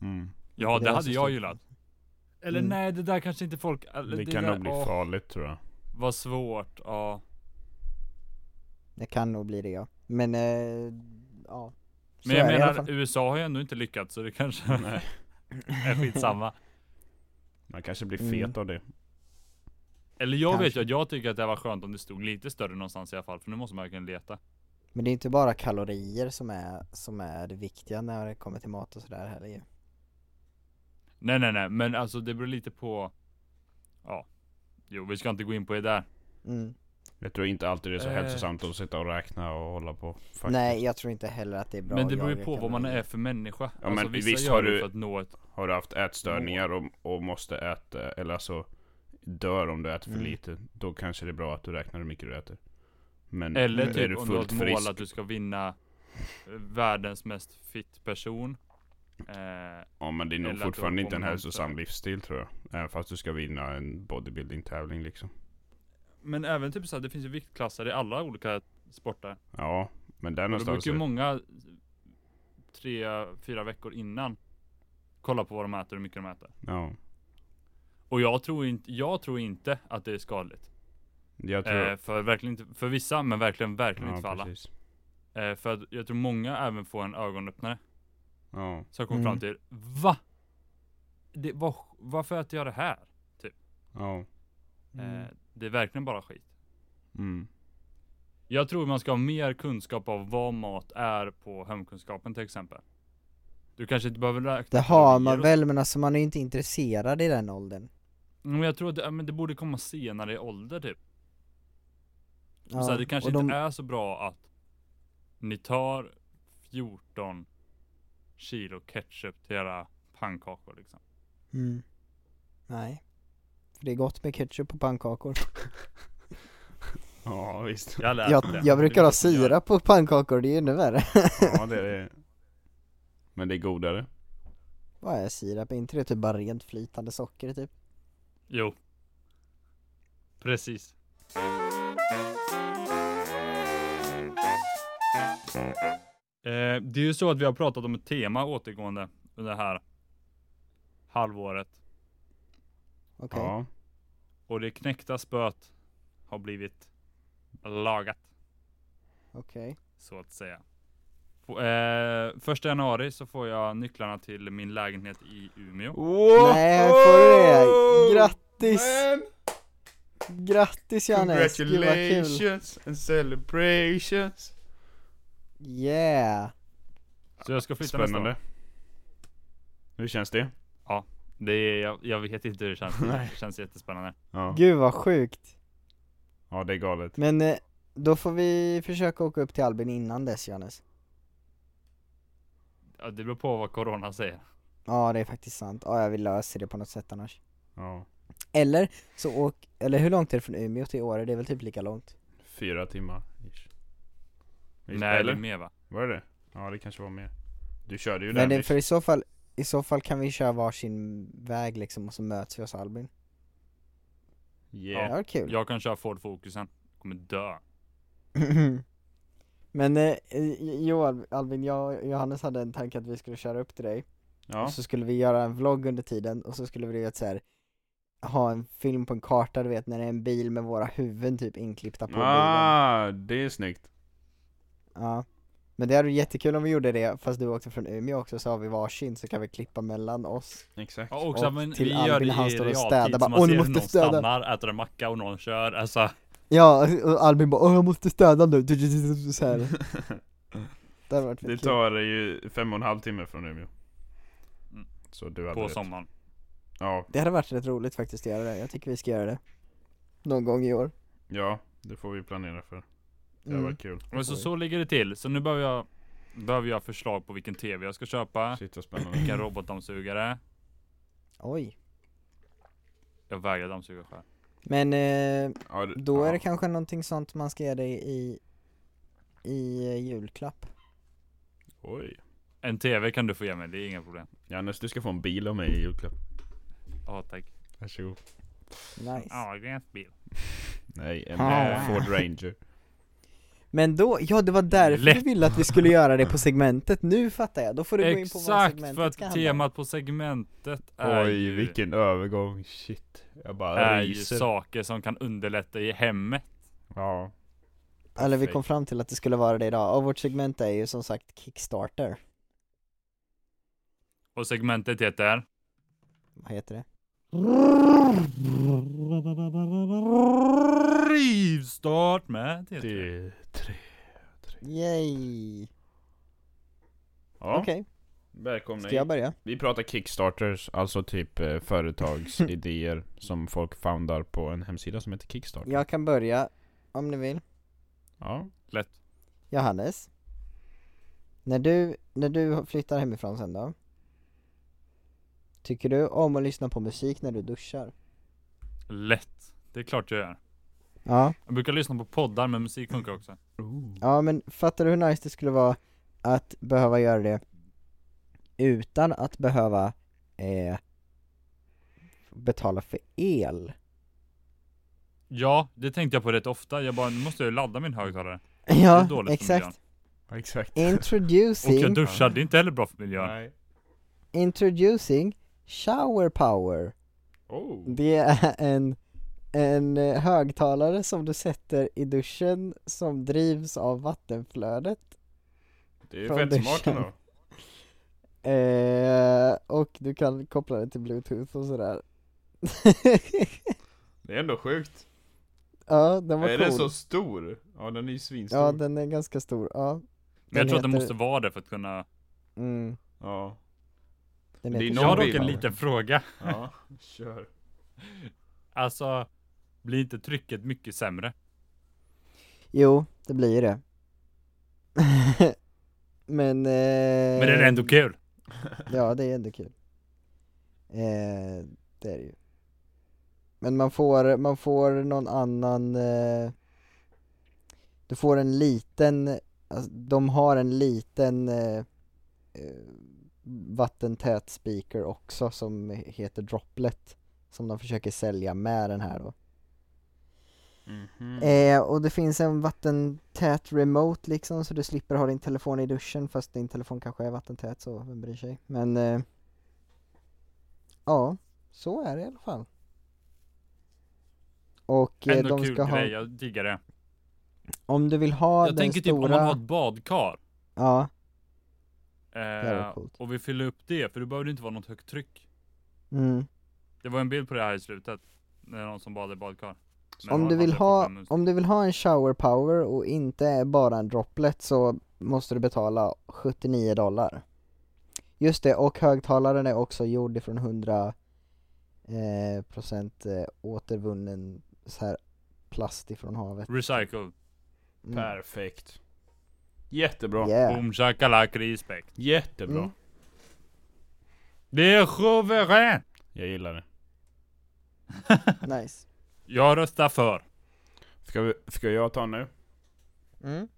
Mm. Ja, det, var så hade jag stort. gillat. Eller Mm. nej, det där kanske inte folk... Eller, Det kan där, nog bli åh, farligt tror jag. Vad svårt, ja. Det kan nog bli det ja. Men, eh, ja. Så Men är jag det i alla fall. menar, USA har ju ändå inte lyckats så det kanske Nej. är skitsamma. Man kanske blir Mm. fet av det. Eller jag vet Kanske. ju att jag tycker att det var skönt om det stod lite större någonstans i alla fall, för nu måste man verkligen leta. Men det är inte bara kalorier som är, som är det viktiga när det kommer till mat och sådär heller ju. Nej, nej, nej, men alltså det beror lite på... Ja. Jo, vi ska inte gå in på det där. Mm. Jag tror inte alltid det är så Eh. hälsosamt att sitta och räkna och hålla på. Faktiskt. Nej, jag tror inte heller att det är bra men det att beror ju jaga på vad man kalorier. är för människa. Ja, alltså, men vissa visst gör har det du- för att nå ett... Har du haft ätstörningar och, och måste äta, eller alltså dör om du äter för Mm. lite. Då kanske det är bra att du räknar hur mycket du äter. Men Eller Mm. är typ du om du har fullt ett mål frisk, att du ska vinna eh, världens mest fit person. Eh, ja men det är eller nog att du har fortfarande på inte en med något hälsosam sådär. livsstil tror jag. Även fast du ska vinna en bodybuilding tävling liksom. men även typ såhär, det finns ju viktklasser i alla olika sporter. Ja, men där Och då någonstans. brukar ju är- många eh, tre, fyra veckor innan kolla på vad de äter och hur mycket de äter. Ja. Och jag tror inte, jag tror inte att det är skadligt. Jag tror... Eh, för verkligen inte, för vissa, men verkligen, verkligen inte för alla. precis. Eh, för att jag tror många även får en ögonöppnare. Ja. Så jag kom Mm. fram till, va? Det, var, varför äter jag det här? Ja. Mm. Eh, det är verkligen bara skit. Mm. Jag tror man ska ha mer kunskap av vad mat är på hemkunskapen till exempel. Du kanske inte behöver räkna Det har kalorier man och- väl men alltså man är ju inte intresserad i den åldern. Mm, Men jag tror att det, ja, men det borde komma senare i ålder typ. Ja, så här, det kanske och de- inte är så bra att ni tar 14 kilo ketchup till era pannkakor liksom. Mm. Nej. För det är gott med ketchup på pannkakor. Ja visst. Jag, har lärt mig Jag, det. jag Det brukar ha måste ni göra. sirap på pannkakor, det är ju ännu värre. Ja det är det. Men det är godare. Vad är sirap? Är inte det typ bara rent flytande socker typ? Jo. Precis. Eh, det är ju så att vi har pratat om ett tema återgående under det här halvåret. Okej. Ja. Och det knäckta spöet har blivit lagat, Okej. så att säga. På, eh, första januari så får jag nycklarna till min lägenhet i Umeå. Nej, här får du det! Grattis! Grattis Johannes! Gud vad kul! Congratulations and celebrations. Yeah! Så jag ska flytta nästa år. Spännande. Hur känns det? Det är, jag, jag vet inte hur det känns. Nej. Det känns jättespännande. Ja. Gud vad sjukt! ja det är galet. Men eh, då får vi försöka åka upp till Albin innan dess Johannes. Ja, det beror på vad corona säger. Ja det är faktiskt sant, ja jag vill lösa det på något sätt annars. Ja. Eller så åk, eller hur långt är det från Umeå till Åre? Det är väl typ lika långt? Fyra timmar. ish. Nej, Visst, det är Eller? mer va? Var det det? Ja det kanske var mer. Du körde ju Men den det, nyss. för i så fall, i så fall kan vi köra varsin väg liksom och så möts vi hos Albin. Yeah. Det var kul. Jag kan köra Ford Focusen. Kommer dö. Men eh, jo Al- Albin, jag och Johannes hade en tanke att vi skulle köra upp till dig Ja. och så skulle vi göra en vlogg under tiden och så skulle vi du vet, så här, ha en film på en karta du vet när det är en bil med våra huvuden typ inklippta på bilen. Ah, det är snyggt. Ja. Men det hade varit jättekul om vi gjorde det, fast du åkte från Umeå också så har vi varsin så kan vi klippa mellan oss. Exakt. Ja, också, Och men till vi Albin, gör det han i står och realtid. städar, så bara, man "Åh, ni ser hur måste någon städa." stannar, äter en macka och någon kör. Alltså, Ja, och Albin bara 'Åh jag måste städa nu' så här. Det hade varit Det väldigt tar ju fem och en halv timme från Umeå. Mm. Så du hade på rätt. sommaren. Ja, Det hade varit rätt roligt faktiskt att göra det, jag tycker vi ska göra det Någon gång i år ja, det får vi planera för. Det hade mm. varit kul. Och så, Oj. så ligger det till. Så nu behöver jag, behöver jag förslag på vilken TV jag ska köpa. Shit vad spännande. Ah. Vilken robotdammsugare. Oj Jag vägrar dammsuga själv. Men eh, Ja, det- då är ja. det kanske någonting sånt man ska ge dig i, i eh, julklapp Oj. En TV kan du få ge mig, det är inga problem. Johannes, du ska få en bil av mig i julklapp. Ja tack. Varsågod. Nice Ahlgrens bil. Nej, en Ah. Ford Ranger. Men då, ja det var därför Lätt. du ville att vi skulle göra det på segmentet, nu fattar jag, då får du gå in på vad Exakt, segmentet för ska att handla om. temat på segmentet är Oj, ju, vilken övergång. Shit. Jag bara är ju ryser. saker som kan underlätta i hemmet. Ja. Eller vi Perfekt. kom fram till att det skulle vara det idag, och vårt segment är ju som sagt Kickstarter Och segmentet heter Vad heter det? Rivstart med T3. Det- tre. Yay! Ja, Okej, välkomna ska jag hit. börja? Vi pratar kickstarters, alltså typ eh, företagsidéer som folk foundar på en hemsida som heter Kickstarter. Jag kan börja, om ni vill ja. Lätt. Johannes när du, när du flyttar hemifrån sen då Tycker du om att lyssna på musik när du duschar? Lätt. Det är klart jag gör. Ja Jag brukar lyssna på poddar men musik funkar också. Ja men fattar du hur nice det skulle vara att behöva göra det utan att behöva eh, betala för el? Ja, det tänkte jag på rätt ofta. Jag bara, nu måste jag ju ladda min högtalare. Ja, dåligt för exakt Exakt. Och jag Introducing, duschar, det är inte heller bra för miljön. Nej. introducing shower power Oh. Det är en, en eh, högtalare som du sätter i duschen som drivs av vattenflödet Det är Från fett smart duschen. ändå. eh, och du kan koppla den till bluetooth och sådär Det är ändå sjukt. Ja, den var Är cool den så stor? Ja den är ju svinstor. Ja, den är ganska stor, ja Men jag Den tror att det heter- måste vara det för att kunna mm. ja. Den Det är heter Jag har Någon dock bild. en liten fråga. Ja, kör. Alltså, blir inte trycket mycket sämre? Jo, det blir ju det. men... Eh, Men det är ändå kul. Ja, det är ändå kul. Eh, det är det ju. Men man får, man får någon annan... Eh, du får en liten... Alltså, de har en liten eh, eh, vattentät speaker också som heter Droplet. Som de försöker sälja med den här då. Mhm. Mm. Eh, och det finns en vattentät remote liksom så du slipper ha din telefon i duschen fast din telefon kanske är vattentät så vem bryr sig. Men eh, ja, så är det i alla fall. Och eh, Ändå de kul ska ha, grej, jag diggar det. om du vill ha jag den tänker typ om stora, man har ett badkar. ja, hade Eh, varit coolt. och vi fyller upp det, för då behöver det inte vara något högt tryck. mm. Det var en bild på det här i slutet. När någon som badade i badkar. När om någon du vill hade ha, problemet. om du vill ha en shower power och inte bara en droplet så måste du betala 79 dollar. Just det, och högtalaren är också gjord ifrån 100 eh, procent eh, återvunnen så här plast ifrån havet. Recycle. Mm. Perfekt. Jättebra. Yeah. Boom shakalaka respect. Jättebra. Mm. Det är suveränt! Jag gillar det. Nice. Jag röstar för. Ska, vi, ska jag ta nu? Mm.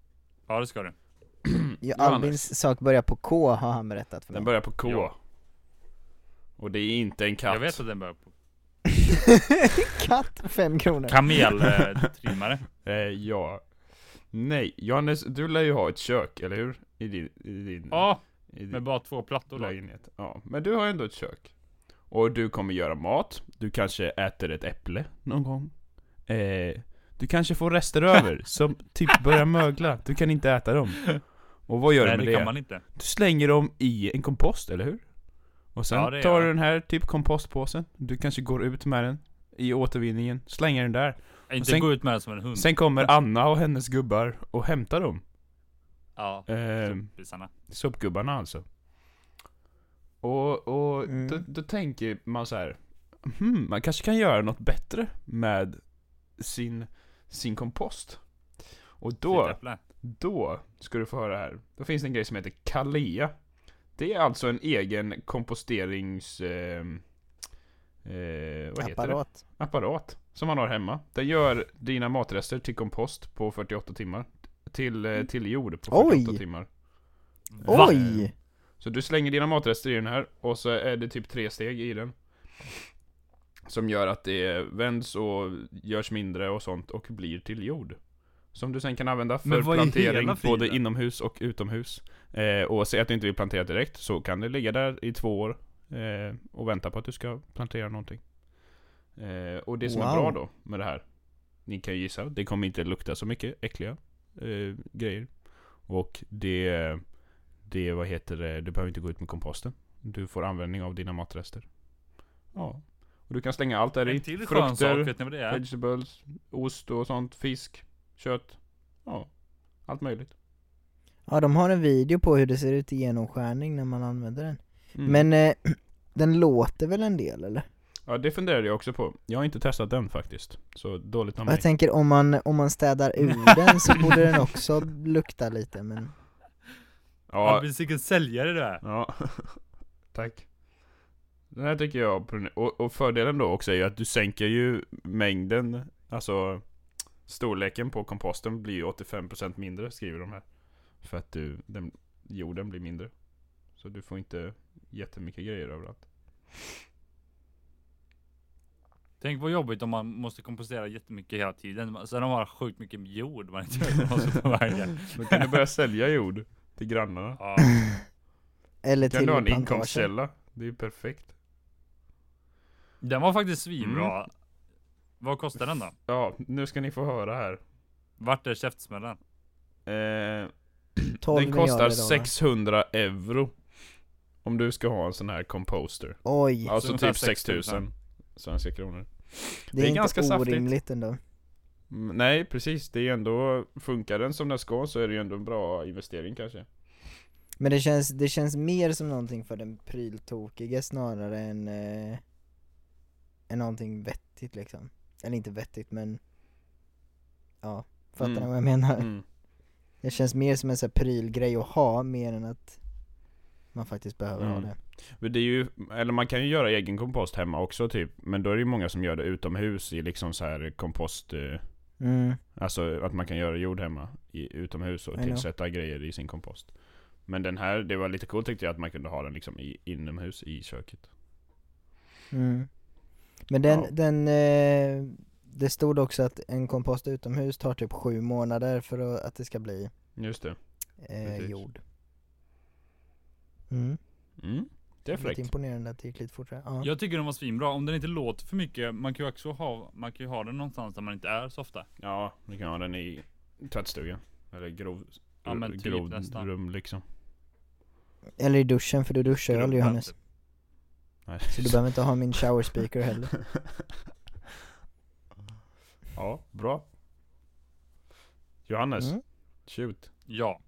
Ja det ska du. Ja, Johannes. Albins sak börjar på K har han berättat för Den mig. börjar på K. Typ. Ja. Och det är inte en katt. Jag vet att den börjar på. Katt, 5 kronor. Kameltrimmare. Eh, ja. Nej, Johannes, du lär ju ha ett kök, eller hur? I din, i din, Ja, i din med bara två plattor då. lägenhet. Ja, men du har ändå ett kök. Och du kommer göra mat. Du kanske äter ett äpple någon gång. Eh, du kanske får rester över, som typ börjar mögla. Du kan inte äta dem. Och vad gör Nej du med det det? kan man inte. Du slänger dem i en kompost, eller hur? Och sen Ja, det tar gör du jag. den här typ kompostpåsen. Du kanske går ut med den i återvinningen, slänger den där. Inte sen- gå ut med den som en hund. Sen kommer Anna och hennes gubbar och hämtar dem. Ja, Ehm, sopisarna. Soppgubbarna alltså. Och, och Mm. då, då tänker man så här. Hmm, man kanske kan göra något bättre med sin, sin kompost. Och då, Sittäpple. då ska du få höra här. Då finns det en grej som heter Kalea. Det är alltså en egen komposterings... Eh, eh, vad heter det? Apparat. apparat som man har hemma. Den gör dina matrester till kompost på 48 timmar. Till, eh, till jord på 48 Mm. Oj! timmar. Va? Oj! Så du slänger dina matrester i den här och så är det typ tre steg i den. Som gör att det vänds och görs mindre och sånt och blir till jord. Som du sen kan använda för Men vad är plantering hela både filen? inomhus och utomhus. Eh, och säg att du inte vill plantera direkt så kan det ligga där i två år eh, och vänta på att du ska plantera någonting. Eh, och det som är bra Wow. då med det här, ni kan ju gissa, det kommer inte lukta så mycket äckliga eh, grejer. Och det, det, vad heter det, du behöver inte gå ut med komposten. Du får användning av dina matrester. Ja. Och du kan slänga allt där i. En till skön sak, Frukter, vet ni vad det är? vegetables, ost och sånt, fisk, kött. Ja. Allt möjligt. Ja, de har en video på hur det ser ut i genomskärning när man använder den. Mm. Men eh, den låter väl en del eller? Ja, det funderade jag också på. Jag har inte testat den faktiskt. Så dåligt av Och mig. jag tänker om man, om man städar ur den så borde den också lukta lite men Ja, Albin, vilken säljare du är. Ja, tack. Den här tycker jag, och, och fördelen då också är ju att du sänker ju mängden, alltså storleken på komposten blir ju 85% mindre skriver de här. För att du, den, jorden blir mindre. Så du får inte jättemycket grejer överallt. Tänk vad jobbigt om man måste kompostera jättemycket hela tiden. Sen har man sjukt mycket jord man inte vet vad man ska ta vägen. Då kan du börja sälja jord till grannarna. Ja, Eller Kan till du ha en plantagen inkomstkälla? Det är ju perfekt. den var faktiskt svinbra. Mm. Vad kostar den då? Ja, nu ska ni få höra här. Vart är käftsmällen? Eh, 12 Den kostar miljarder dollar. 600 euro. Om du ska ha en sån här composter. Oj, Ja, Alltså ungefär typ 6000 6000. svenska kronor. det är är, inte ganska saftigt. orimligt ändå Mm, Nej precis, det är ändå, funkar den som den ska så är det ju ändå en bra investering kanske. Men det känns, det känns mer som någonting för den pryltokige snarare än, eh, än någonting vettigt liksom. Eller inte vettigt men, ja, fattar ni Mm. vad jag menar? Mm. Det känns mer som en sån här prylgrej att ha mer än att man faktiskt behöver ha Mm. det. Men det är ju, eller man kan ju göra egen kompost hemma också typ. Men då är det ju många som gör det utomhus i liksom så här kompost... Eh, Mm. Alltså att man kan göra jord hemma i, utomhus I och know. tillsätta grejer i sin kompost. Men den här, det var lite coolt tyckte jag att man kunde ha den liksom i, inomhus i köket. Mm. Men den, Ja. den eh, det stod också att en kompost utomhus tar typ sju månader för att, att det ska bli Just det. eh, Precis. jord. Mm. Mm. Det är Lite fräckt. imponerande att det gick lite fortare. Ja. Jag tycker den var svinbra. Om den inte låter för mycket, man kan ju också ha, man kan ju ha den någonstans där man inte är så ofta. Ja, du kan ha den i tvättstugan. Eller grov, Ja, men typ grov nästan. rum liksom. Eller i duschen för du duschar ju aldrig Gruppen, Johannes. typ. Nej. Så du behöver inte ha min shower speaker heller. ja, bra. Johannes, Mm. shoot. Ja.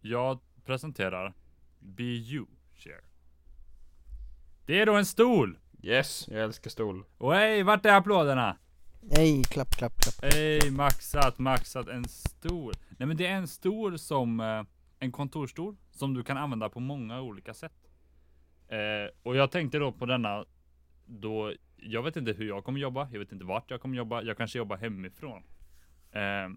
Jag presenterar BU Chair. Det är då en stol! Yes, jag älskar stol. Och hej, vart är applåderna? Nej, klapp, klapp, klapp. Hej, maxat, maxat, en stol. Nej men det är en stol som, eh, en kontorsstol, som du kan använda på många olika sätt. Eh, och jag tänkte då på denna, då, jag vet inte hur jag kommer jobba, jag vet inte vart jag kommer jobba, jag kanske jobbar hemifrån. Eh,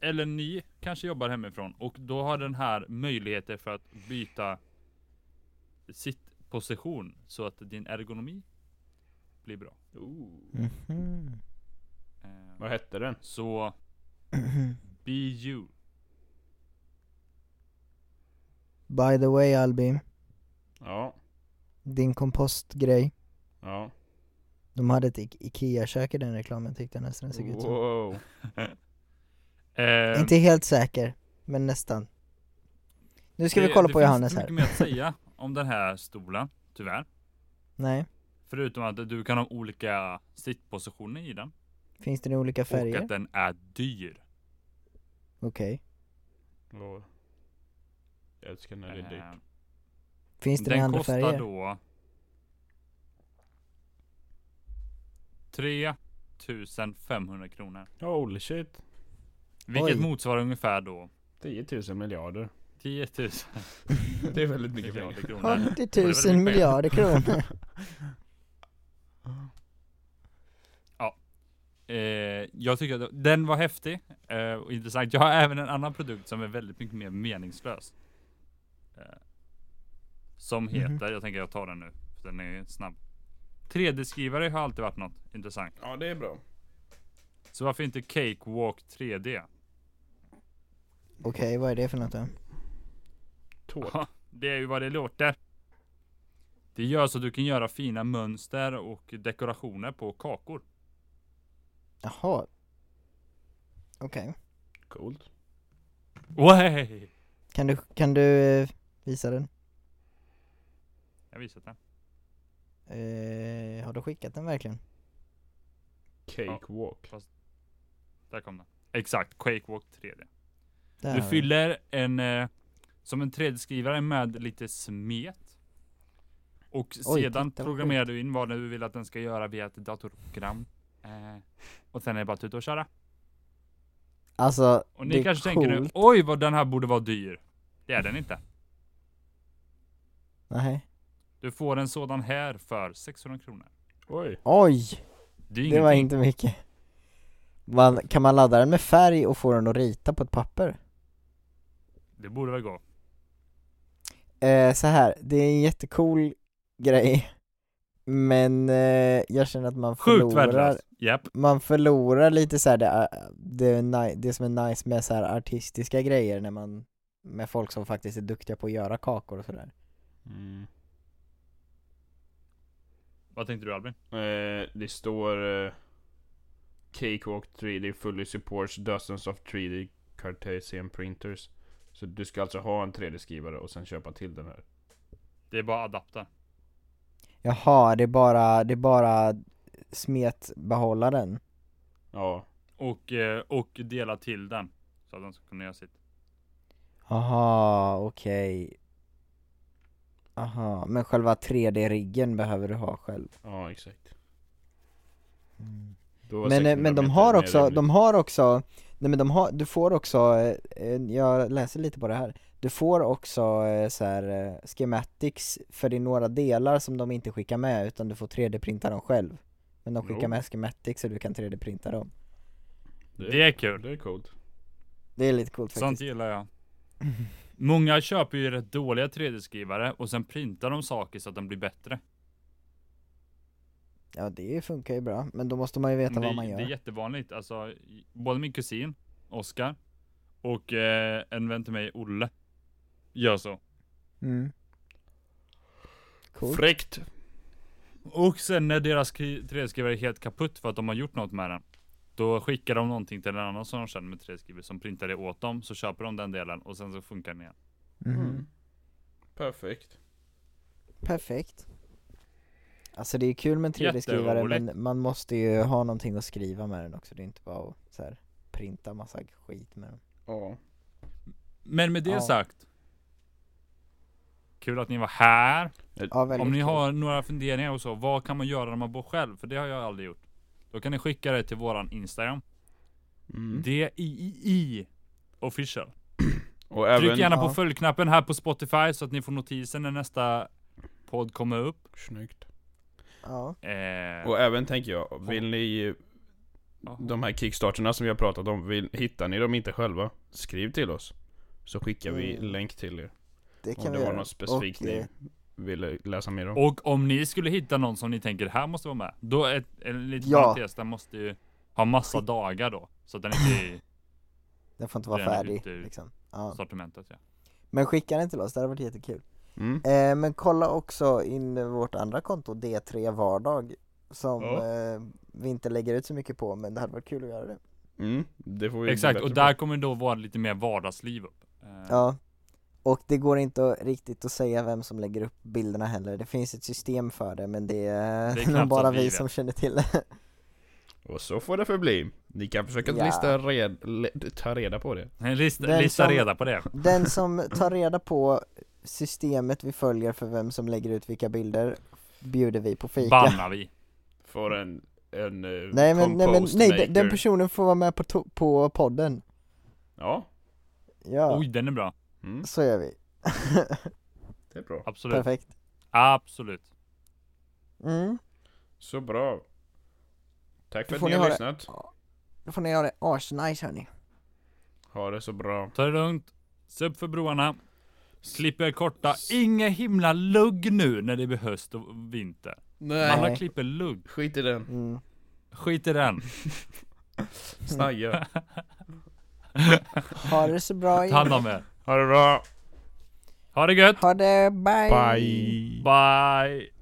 eller ni kanske jobbar hemifrån, och då har den här möjligheter för att byta sitt position, så att din ergonomi blir bra. Mhm. Eh, Vad hette den? så, be you. By the way Albin, Ja, din kompostgrej. ja. De hade ett I- Ikea-kök i den reklamen tyckte jag nästan det såg ut som. Wow. Eh, Inte helt säker, men nästan. Nu ska vi det- kolla på Johannes Det här. finns inte mycket mer att säga om den här stolen, tyvärr. Nej, Förutom att du kan ha olika sittpositioner i den. finns det några olika Och att färger? den är dyr. Okej. Wow. Jag älskar när det är dyrt. Eh, Finns det några den andra kostar färger? då 3 500 kronor. Holy shit. Vilket Oj. motsvarar ungefär då 10 000 miljarder. 10 000 Det är väldigt miljarder kronor. 80 000 miljarder kronor. Eh, jag tycker att den var häftig eh, och intressant. Jag har även en annan produkt som är väldigt mycket mer meningslös. Eh, som Mhm. heter, jag tänker jag tar den nu, för den är snabb. 3D-skrivare har alltid varit något intressant. Ja, det är bra. Så varför inte Cakewalk 3D? Okej, vad är det för något då? Tår. Ja, det är ju vad det låter. Det gör så att du kan göra fina mönster och dekorationer på kakor. Jaha. Okej. Coolt. Way! Kan du, kan du eh, visa den? Jag visar den. Eh, har du skickat den verkligen? Cakewalk. Där kom den. Exakt, Cakewalk 3D. Där Du har vi den. fyller en, eh, som en 3D-skrivare med lite smet. Och Oj, sedan titta vad programmerar du in vad du vill att den ska göra via ett datorprogram. Eh, och sen är det bara att tuta och köra. Alltså, Och det ni är kanske coolt. tänker nu, oj vad den här borde vara dyr. Det är den inte. Nej. Du får en sådan här för 600 kronor. Oj. Oj! Det är Det var ingenting. inte mycket. Man, kan man ladda den med färg och få den att rita på ett papper? Det borde väl gå. Eh, så här, det är en jättecool grej. Men eh, jag känner att man Sjukt förlorar, värdelöst. Japp. man förlorar lite så här det, eh, det, ni- det som är nice med så här artistiska grejer när man, med folk som faktiskt är duktiga på att göra kakor och sådär. Mm. Vad tänkte du Albin? Eh, det står... Eh, Cakewalk 3D fully supports dozens of 3D Cartesian printers. Så du ska alltså ha en 3D-skrivare och sen köpa till den här. Det är bara adapter. Jaha, det är bara, det är bara smetbehållaren. Ja. Och, eh, och dela till den. Så att den ska kunna göra sitt. Aha, okej. Aha, men själva 3D-riggen behöver du ha själv. Ja, exakt. Men, eh, men de har också, de har också, nej men de har, du får också, eh, eh, jag läser lite på det här Du får också eh, så här eh, schematics för det är några delar som de inte skickar med utan du får 3D-printa dem själv Men de skickar Jo. med schematics så du kan 3D-printa dem Det är kul. Det är coolt. Det är lite coolt Sånt faktiskt gillar jag. Många köper ju rätt dåliga 3D-skrivare och sen printar de saker så att de blir bättre. Ja det funkar ju bra, men då måste man ju veta Men det, vad man Det är gör jättevanligt. Alltså, i- både min kusin, Oskar, och eh, en vän till mig, Olle, gör så. mm. Coolt Fräckt. Och sen när deras skri- 3D-skrivare är helt kaputt för att de har gjort något med den. Då skickar de någonting till en annan som de känner med 3D-skrivare som printar det åt dem. Så köper de den delen och sen så funkar den igen. Mhm. Mm. Mm. Perfekt. Perfekt Alltså det är kul med 3D-skrivare men Jätteroligt. man måste ju ha någonting att skriva med den också, det är inte bara att så här, printa massa skit med den Ja. Men med det Ja. sagt. Kul att ni var här. Ja Om väldigt ni kul. har några funderingar och så, vad kan man göra när man bor själv? För det har jag aldrig gjort. Då kan ni skicka det till våran Instagram. Mm. DIII official. Och Tryck även... gärna Ja. på följknappen här på Spotify så att ni får notisen när nästa podd kommer upp. Snyggt. Ja, Eh, Och även tänker jag, vill ni... ja. De här kickstarterna som vi har pratat om, vill, hittar ni dem inte själva? Skriv till oss. Så skickar vi Mm. länk till er. det kan Om det vi var göra något specifikt Och, eh, ni ville läsa mer om. Och om ni skulle hitta någon som ni tänker här måste vara med. Då är en liten Ja. parentes, den måste ju ha massa dagar då. Så att den inte är i Den får inte vara den är färdig ute ur- liksom. ja. sortimentet. Ja. Men skicka den till oss, det hade varit jättekul Mm. eh, Men kolla också in vårt andra konto, D3 Vardag Som Ja. eh, vi inte lägger ut så mycket på men det hade varit kul att göra det Mm. Det får vi bli Exakt, bättre och på. där kommer då vara lite mer vardagsliv upp. Eh, Ja Och det går inte att- riktigt att säga vem som lägger upp bilderna heller, det finns ett system för det men det är, Det är nog knappt bara att vi vi vet. som känner till det Och så får det förbli. Ni kan försöka Ja. lista red, le, ta reda på det. Lista, Den lista som- reda på det. Den som tar reda på systemet vi följer för vem som lägger ut vilka bilder bjuder vi på fika Bannar vi. Får en... en eh, Nej men, nej, men compost nej, den- den maker. personen får vara med på, to- på podden Ja. Ja, Oj, den är bra. Mm. så gör vi Det är bra. Absolut. Perfekt Absolut. mm. Så bra. Tack Då för att får ni ni har ha det. lyssnat. Då får ni ha det asnice hörni Ha det så bra. Ta det lugnt. Sup för broarna. Klipp er korta. Inga himla lugg nu när det blir höst och vinter. Nej. Alla klipper lugg. Skit i den. mm. Skit i den. Snagga. Ha det så bra Ta hand om er. Ha det bra. Ha det gött. Ha det, Bye. Bye.